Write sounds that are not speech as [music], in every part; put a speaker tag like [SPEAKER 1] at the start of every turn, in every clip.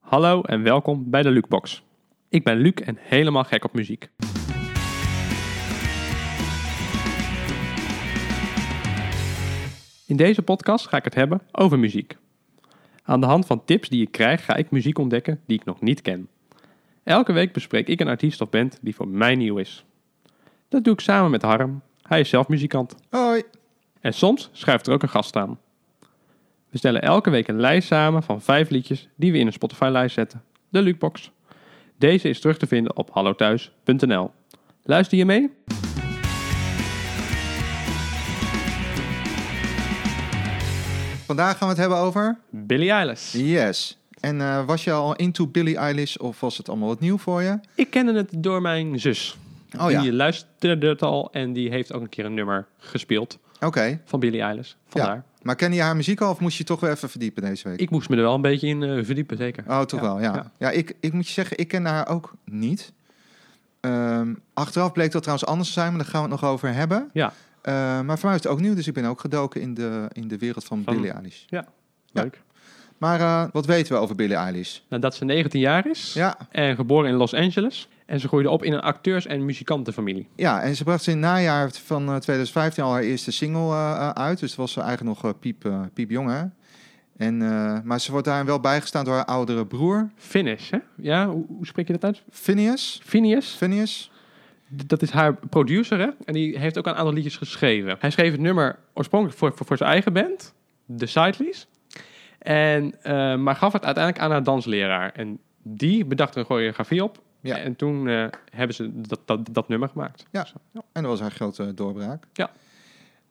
[SPEAKER 1] Hallo en welkom bij de Lukebox. Ik ben Luc en helemaal gek op muziek. In deze podcast ga ik het hebben over muziek. Aan de hand van tips die ik krijg, ga ik muziek ontdekken die ik nog niet ken. Elke week bespreek ik een artiest of band die voor mij nieuw is. Dat doe ik samen met Harm. Hij is zelf muzikant.
[SPEAKER 2] Hoi.
[SPEAKER 1] En soms schuift er ook een gast aan. We stellen elke week een lijst samen van vijf liedjes die we in een Spotify-lijst zetten. De Lukebox. Deze is terug te vinden op hallothuis.nl. Luister je mee?
[SPEAKER 2] Vandaag gaan we het hebben over...
[SPEAKER 1] Billie Eilish.
[SPEAKER 2] Yes. En eh, was je al into Billie Eilish of was het allemaal wat nieuw voor je?
[SPEAKER 1] Ik kende het door mijn zus.
[SPEAKER 2] Oh ja,
[SPEAKER 1] Die luisterde het al en die heeft ook een keer een nummer gespeeld
[SPEAKER 2] oké.
[SPEAKER 1] van Billie Eilish. Vandaar.
[SPEAKER 2] Maar kende je haar muziek al of moest je toch weer even verdiepen deze week?
[SPEAKER 1] Ik moest me er wel een beetje in eh, verdiepen, zeker.
[SPEAKER 2] Oh, toch
[SPEAKER 1] Ja,
[SPEAKER 2] wel, ja.
[SPEAKER 1] ja.
[SPEAKER 2] Ja, ik, ik moet je zeggen, ik kende haar ook niet. Ehm, achteraf bleek dat trouwens anders te zijn, maar daar gaan we het nog over hebben.
[SPEAKER 1] Ja.
[SPEAKER 2] Eh, maar voor mij is het ook nieuw, dus ik ben ook gedoken in de, in de wereld van,
[SPEAKER 1] Van-
[SPEAKER 2] Billie Eilish. Ja.
[SPEAKER 1] Leuk.
[SPEAKER 2] Maar eh, wat weten we over Billie Eilish?
[SPEAKER 1] Nou, dat ze 19 jaar is
[SPEAKER 2] Ja,
[SPEAKER 1] en geboren in Los Angeles. En ze groeide op in een acteurs- en muzikantenfamilie.
[SPEAKER 2] Ja, en ze bracht in het najaar van eh, 2015 al haar eerste single eh, eh, uit. Dus toen was ze eigenlijk nog eh, piep, eh, piepjong, hè? En, eh, maar ze wordt daarin wel bijgestaan door haar oudere broer,
[SPEAKER 1] Finish, hè? Ja, hoe, hoe spreek je dat uit?
[SPEAKER 2] Phineas.
[SPEAKER 1] Phineas,
[SPEAKER 2] Phineas?
[SPEAKER 1] D- dat is haar producer, hè? En die heeft ook een aantal liedjes geschreven. Hij schreef het nummer oorspronkelijk voor, voor, voor zijn eigen band, The Sideleys. En, eh, maar gaf het uiteindelijk aan haar dansleraar. En die bedacht er een choreografie op.
[SPEAKER 2] Ja.
[SPEAKER 1] En toen eh, hebben ze dat, dat, dat nummer gemaakt.
[SPEAKER 2] Ja. En dat was haar grote doorbraak.
[SPEAKER 1] Ja.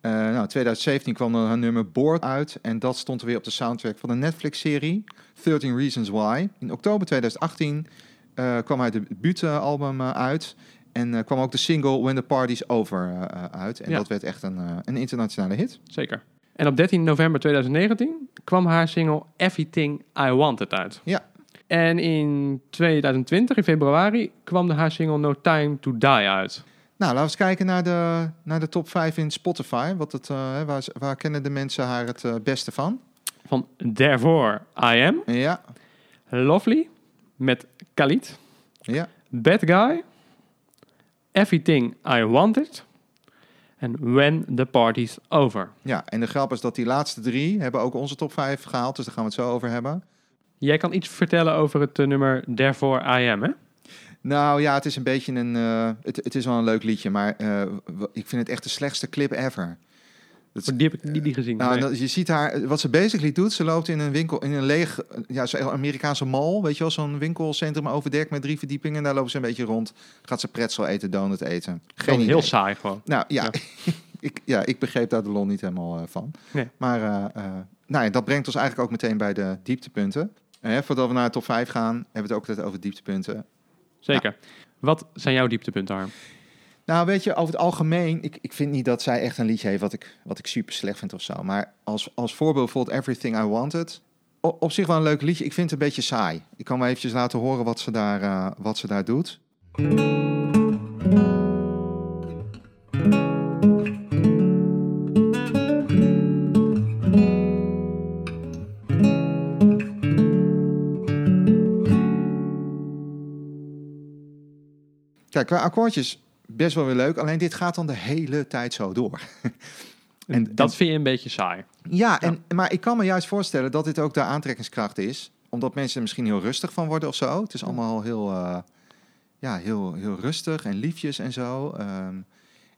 [SPEAKER 2] Eh, nou, in 2017 kwam dan haar nummer Bored uit. En dat stond er weer op de soundtrack van de Netflix-serie 13 Reasons Why. In oktober 2018 eh, kwam haar debuutalbum eh, uit. En eh, kwam ook de single When the Party's Over eh, eh, uit. En
[SPEAKER 1] Ja.
[SPEAKER 2] dat werd echt een, eh, een internationale hit.
[SPEAKER 1] Zeker. En op 13 november 2019 kwam haar single Everything I Wanted uit.
[SPEAKER 2] Ja.
[SPEAKER 1] En in 2020, in februari, kwam de haar single No Time to Die uit.
[SPEAKER 2] Nou, laten we eens kijken naar de, naar de top 5 in Spotify. Wat het, eh, hè, waar, ze- waar kennen de mensen haar het eh, beste van?
[SPEAKER 1] Van Therefore I Am,
[SPEAKER 2] Ja,
[SPEAKER 1] Lovely, met Khalid,
[SPEAKER 2] ja.
[SPEAKER 1] Bad Guy, Everything I Wanted en When the Party's Over.
[SPEAKER 2] ja, en de grap is dat die laatste drie hebben ook onze top 5 gehaald. Dus daar gaan we het zo over hebben.
[SPEAKER 1] Jij kan iets vertellen over het eh, nummer Therefore I Am, hè?
[SPEAKER 2] Nou ja, het is een beetje een... eh, het, het is wel een leuk liedje, maar eh, w- ik vind het echt de slechtste clip ever.
[SPEAKER 1] Die heb ik niet die gezien.
[SPEAKER 2] Nou,
[SPEAKER 1] nee.
[SPEAKER 2] en dat- je ziet haar, wat ze basically doet, ze loopt in een winkel, in een leeg, ja, zo'n Amerikaanse mall, weet je wel, zo'n winkelcentrum overdekt met drie verdiepingen. En daar loopt ze een beetje rond, gaat ze pretzel eten, donut eten. Geen
[SPEAKER 1] Gewoon
[SPEAKER 2] idee.
[SPEAKER 1] heel saai gewoon.
[SPEAKER 2] Nou ja,
[SPEAKER 1] Ja.
[SPEAKER 2] [laughs] ik, ja, ik begreep daar de lol niet helemaal eh, van.
[SPEAKER 1] Nee.
[SPEAKER 2] Maar eh, eh, nou ja, dat brengt ons eigenlijk ook meteen bij de dieptepunten. Hè, voordat we naar de top 5 gaan, hebben we het ook altijd over dieptepunten.
[SPEAKER 1] Zeker. Wat zijn jouw dieptepunten, Harm?
[SPEAKER 2] Nou, weet je, over het algemeen, ik, ik vind niet dat zij echt een liedje heeft wat ik, wat ik super slecht vind of zo. Maar als, als voorbeeld bijvoorbeeld Everything I Wanted. O- op zich wel een leuk liedje. Ik vind het een beetje saai. Ik kan wel eventjes laten horen wat ze daar, eh, wat ze daar doet. Kijk, qua akkoordjes best wel weer leuk. Alleen dit gaat dan de hele tijd zo door. En-
[SPEAKER 1] dat
[SPEAKER 2] en-
[SPEAKER 1] vind je een beetje saai.
[SPEAKER 2] Ja, en, maar ik kan me juist voorstellen dat dit ook de aantrekkingskracht is. Omdat mensen er misschien heel rustig van worden of zo. Het is allemaal heel, eh, ja, heel, heel rustig en liefjes en zo. Ehm,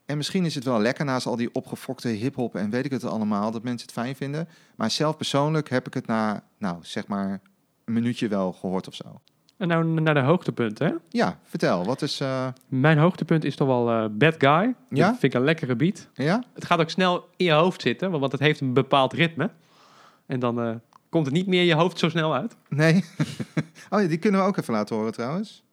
[SPEAKER 2] en misschien is het wel lekker naast al die opgefokte hip-hop en weet ik het allemaal, dat mensen het fijn vinden. Maar zelf persoonlijk heb ik het na, nou zeg maar, een minuutje wel gehoord of zo.
[SPEAKER 1] En nou naar de hoogtepunten, hè?
[SPEAKER 2] Ja, vertel, wat is. eh,
[SPEAKER 1] Mijn hoogtepunt is toch wel eh, Bad Guy.
[SPEAKER 2] Ja?
[SPEAKER 1] Dat vind ik een lekkere beat.
[SPEAKER 2] ja?
[SPEAKER 1] Het gaat ook snel in je hoofd zitten, want want het heeft een bepaald ritme. En dan eh, komt het niet meer je hoofd zo snel uit.
[SPEAKER 2] Nee? [laughs] oh ja, die kunnen we ook even laten horen trouwens.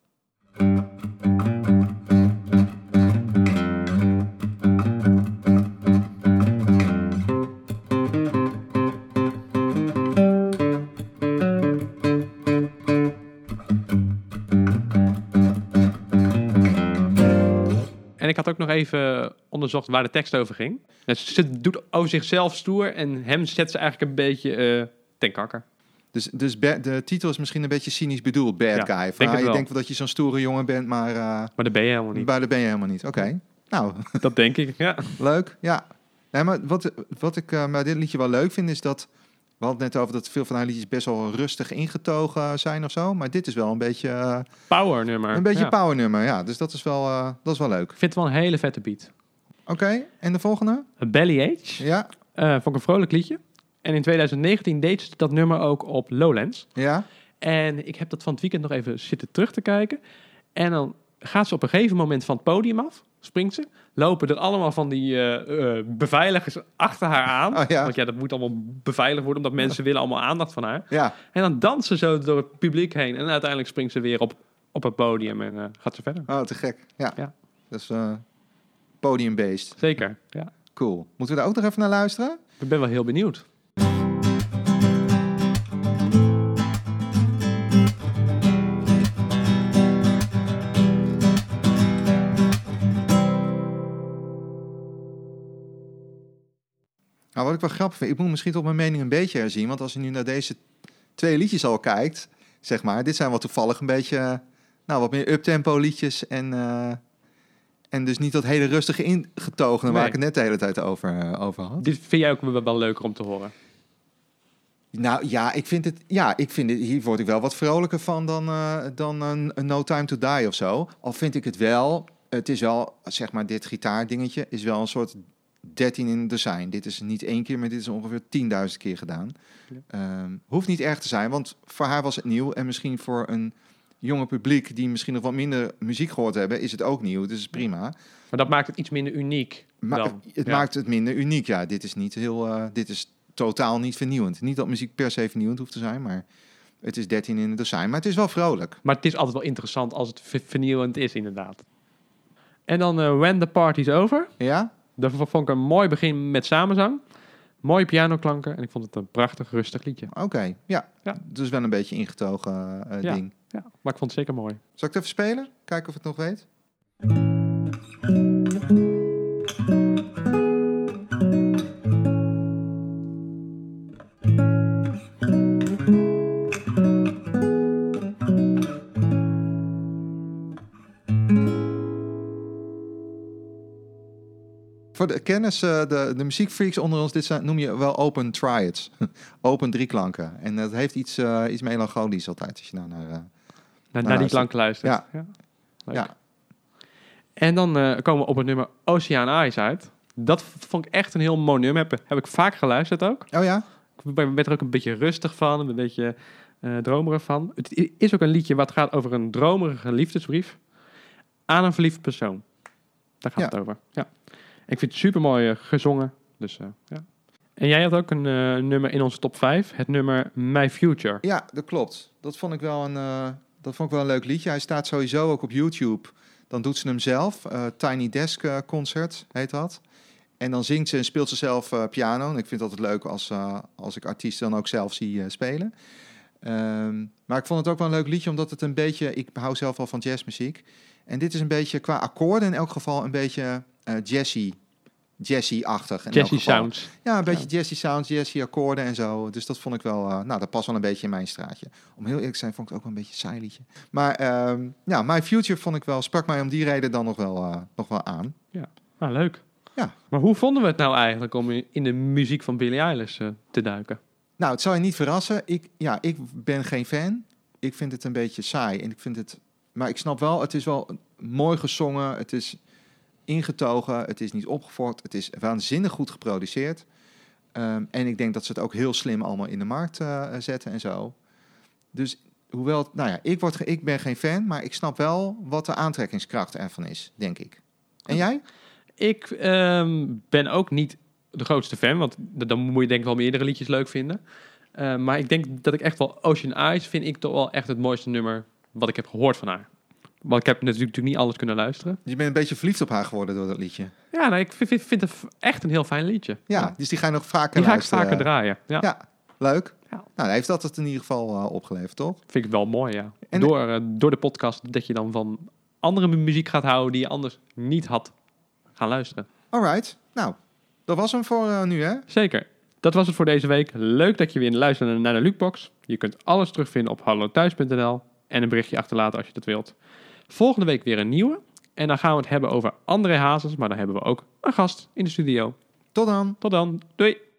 [SPEAKER 1] En ik had ook nog even onderzocht waar de tekst over ging. Dus ze doet over zichzelf stoer en hem zet ze eigenlijk een beetje eh ten kakker.
[SPEAKER 2] Dus, dus ba- de titel is misschien een beetje cynisch bedoeld, Bad
[SPEAKER 1] Ja,
[SPEAKER 2] Guy.
[SPEAKER 1] denk
[SPEAKER 2] Van, ah,
[SPEAKER 1] het
[SPEAKER 2] je
[SPEAKER 1] wel.
[SPEAKER 2] denkt wel dat je zo'n stoere jongen bent, maar eh
[SPEAKER 1] Maar dat ben je helemaal niet.
[SPEAKER 2] maar dat ben je helemaal niet. Oké, nou, [laughs]
[SPEAKER 1] Dat denk ik, ja.
[SPEAKER 2] Leuk, ja. Nee, maar wat, wat ik eh bij dit liedje wel leuk vind is dat... We hadden het net over dat veel van haar liedjes best wel rustig ingetogen zijn of zo. Maar dit is wel een beetje eh,
[SPEAKER 1] Power nummer.
[SPEAKER 2] een beetje
[SPEAKER 1] ja.
[SPEAKER 2] power nummer. Ja, dus dat is wel, eh, dat is wel leuk.
[SPEAKER 1] Ik vind het wel een hele vette beat.
[SPEAKER 2] Oké, en de volgende?
[SPEAKER 1] Belly Age.
[SPEAKER 2] Ja,
[SPEAKER 1] Eh, vond ik een vrolijk liedje. En in 2019 deed ze dat nummer ook op Lowlands.
[SPEAKER 2] ja.
[SPEAKER 1] En ik heb dat van het weekend nog even zitten terug te kijken. En dan gaat ze op een gegeven moment van het podium af, springt ze. Lopen er allemaal van die eh, eh, beveiligers achter haar aan.
[SPEAKER 2] Oh, ja.
[SPEAKER 1] Want ja, dat moet allemaal beveiligd worden, omdat mensen willen allemaal aandacht van haar.
[SPEAKER 2] Ja,
[SPEAKER 1] En dan danst ze zo door het publiek heen. En uiteindelijk springt ze weer op, op het podium en eh, gaat ze verder.
[SPEAKER 2] oh, te gek. Ja,
[SPEAKER 1] Ja.
[SPEAKER 2] dat is eh podium-based.
[SPEAKER 1] Zeker, ja.
[SPEAKER 2] Cool. Moeten we daar ook nog even naar luisteren?
[SPEAKER 1] Ik ben wel heel benieuwd.
[SPEAKER 2] Nou, wat ik wel grappig vind, ik moet misschien toch mijn mening een beetje herzien. Want als je nu naar deze twee liedjes al kijkt, zeg maar, dit zijn wel toevallig een beetje, eh, nou, wat meer uptempo liedjes. En, eh, en dus niet dat hele rustige ingetogene waar
[SPEAKER 1] Nee.
[SPEAKER 2] ik het net de hele tijd over, eh, over had.
[SPEAKER 1] Dit vind jij ook wel, wel leuker om te horen.
[SPEAKER 2] Nou ja, ik vind het, ja, ik vind het, hier word ik wel wat vrolijker van dan, eh, dan een, een No Time To Die of zo. Al vind ik het wel, het is wel, zeg maar, dit gitaardingetje is wel een soort 13 in design. Dit is niet één keer, maar dit is ongeveer 10.000 keer gedaan.
[SPEAKER 1] Ja.
[SPEAKER 2] Ehm, hoeft niet erg te zijn, want voor haar was het nieuw. En misschien voor een jonger publiek die misschien nog wat minder muziek gehoord hebben, is het ook nieuw. Dus is prima.
[SPEAKER 1] Maar dat maakt het iets minder uniek
[SPEAKER 2] Maar
[SPEAKER 1] dan.
[SPEAKER 2] het
[SPEAKER 1] ja.
[SPEAKER 2] maakt het minder uniek. Ja, dit is niet heel. eh, dit is totaal niet vernieuwend. Niet dat muziek per se vernieuwend hoeft te zijn, maar het is 13 in het design. Maar het is wel vrolijk.
[SPEAKER 1] Maar het is altijd wel interessant als het ver- vernieuwend is, inderdaad. En dan eh, When the Party's Over.
[SPEAKER 2] Ja?
[SPEAKER 1] Daar v- vond ik een mooi begin met samenzang. Mooie pianoklanken. En ik vond het een prachtig, rustig liedje.
[SPEAKER 2] Oké. Ja.
[SPEAKER 1] Ja.
[SPEAKER 2] Dus wel een beetje ingetogen eh,
[SPEAKER 1] Ja.
[SPEAKER 2] ding.
[SPEAKER 1] Ja, maar ik vond het zeker mooi.
[SPEAKER 2] Zal ik het even spelen? Kijken of het nog weet. Voor de kennis, eh, de, de muziekfreaks onder ons, dit zijn, noem je wel open triads. [laughs] open drieklanken. En dat heeft iets, eh, iets melancholisch altijd, als je nou naar... eh,
[SPEAKER 1] Na, naar
[SPEAKER 2] luister.
[SPEAKER 1] die klanken luisteren.
[SPEAKER 2] Ja.
[SPEAKER 1] Leuk.
[SPEAKER 2] Ja.
[SPEAKER 1] En dan eh, komen we op het nummer Ocean Eyes uit. Dat v- vond ik echt een heel mooi nummer. Heb, heb ik vaak geluisterd ook.
[SPEAKER 2] Oh ja?
[SPEAKER 1] Ik ben ben er ook een beetje rustig van. Een beetje eh dromerig van. Het i- is ook een liedje wat gaat over een dromerige liefdesbrief. Aan een verliefd persoon. Daar gaat
[SPEAKER 2] Ja.
[SPEAKER 1] het over. Ja. Ik vind het super mooi gezongen. Dus, eh, ja. En jij had ook een eh, nummer in onze top 5. Het nummer My Future.
[SPEAKER 2] Ja, dat klopt. Dat vond ik wel een, eh, dat vond ik wel een leuk liedje. Hij staat sowieso ook op YouTube. Dan doet ze hem zelf. eh, Tiny Desk eh, Concert heet dat. En dan zingt ze en speelt ze zelf eh, piano. En ik vind het altijd leuk als, eh, als ik artiesten dan ook zelf zie eh, spelen. Ehm, maar ik vond het ook wel een leuk liedje, omdat het een beetje... Ik hou zelf al van jazzmuziek. En dit is een beetje, qua akkoorden in elk geval, een beetje eh jazzy. Jazzy-achtig. in elk
[SPEAKER 1] Jesse
[SPEAKER 2] geval.
[SPEAKER 1] Sounds.
[SPEAKER 2] Ja, een beetje jazzy sounds, jazzy akkoorden en zo. Dus dat vond ik wel, eh, nou, dat past wel een beetje in mijn straatje. Om heel eerlijk te zijn, vond ik het ook wel een beetje een saai liedje. Maar ehm, ja, My Future vond ik wel, sprak mij om die reden dan nog wel, eh, nog wel aan.
[SPEAKER 1] Nou, leuk.
[SPEAKER 2] Ja.
[SPEAKER 1] Maar hoe vonden we het nou eigenlijk om in in de muziek van Billie Eilish eh, te duiken?
[SPEAKER 2] Nou, het zal je niet verrassen. Ik, ja, ik ben geen fan. Ik vind het een beetje saai. En ik vind het, maar ik snap wel, het is wel mooi gezongen. Het is ingetogen. Het is niet opgefokt. Het is waanzinnig goed geproduceerd. Ehm, en ik denk dat ze het ook heel slim allemaal in de markt eh, zetten en zo. Dus hoewel, het- nou ja, ik, word, ge- ik ben geen fan, maar ik snap wel wat de aantrekkingskracht ervan is, denk ik. En jij?
[SPEAKER 1] Ik ehm, ben ook niet de grootste fan, want d- dan moet je denk ik wel meerdere liedjes leuk vinden. Eh, maar ik denk dat ik echt wel Ocean Eyes vind ik toch wel echt het mooiste nummer wat ik heb gehoord van haar. Want ik heb natuurlijk natuurlijk niet alles kunnen luisteren.
[SPEAKER 2] Je bent een beetje verliefd op haar geworden door dat liedje.
[SPEAKER 1] Ja, nou, ik vind, vind- vind het echt een heel fijn liedje.
[SPEAKER 2] Ja, dus die ga je nog vaker
[SPEAKER 1] Die ga ik
[SPEAKER 2] luisteren.
[SPEAKER 1] vaker draaien. Ja,
[SPEAKER 2] Ja. Leuk.
[SPEAKER 1] Ja.
[SPEAKER 2] Nou, dan heeft dat het in ieder geval eh, opgeleverd, toch?
[SPEAKER 1] Vind ik wel mooi, ja.
[SPEAKER 2] En-
[SPEAKER 1] door, eh, door de podcast dat je dan van andere mu- muziek gaat houden die je anders niet had gaan luisteren.
[SPEAKER 2] All right. Nou, dat was hem voor eh, nu, hè?
[SPEAKER 1] Zeker. Dat was het voor deze week. Leuk dat je weer luisterde naar de Lukebox. Je kunt alles terugvinden op hallothuis.nl en een berichtje achterlaten als je dat wilt. Volgende week weer een nieuwe. En dan gaan we het hebben over André Hazes, maar dan hebben we ook een gast in de studio.
[SPEAKER 2] Tot dan!
[SPEAKER 1] Tot dan. Doei.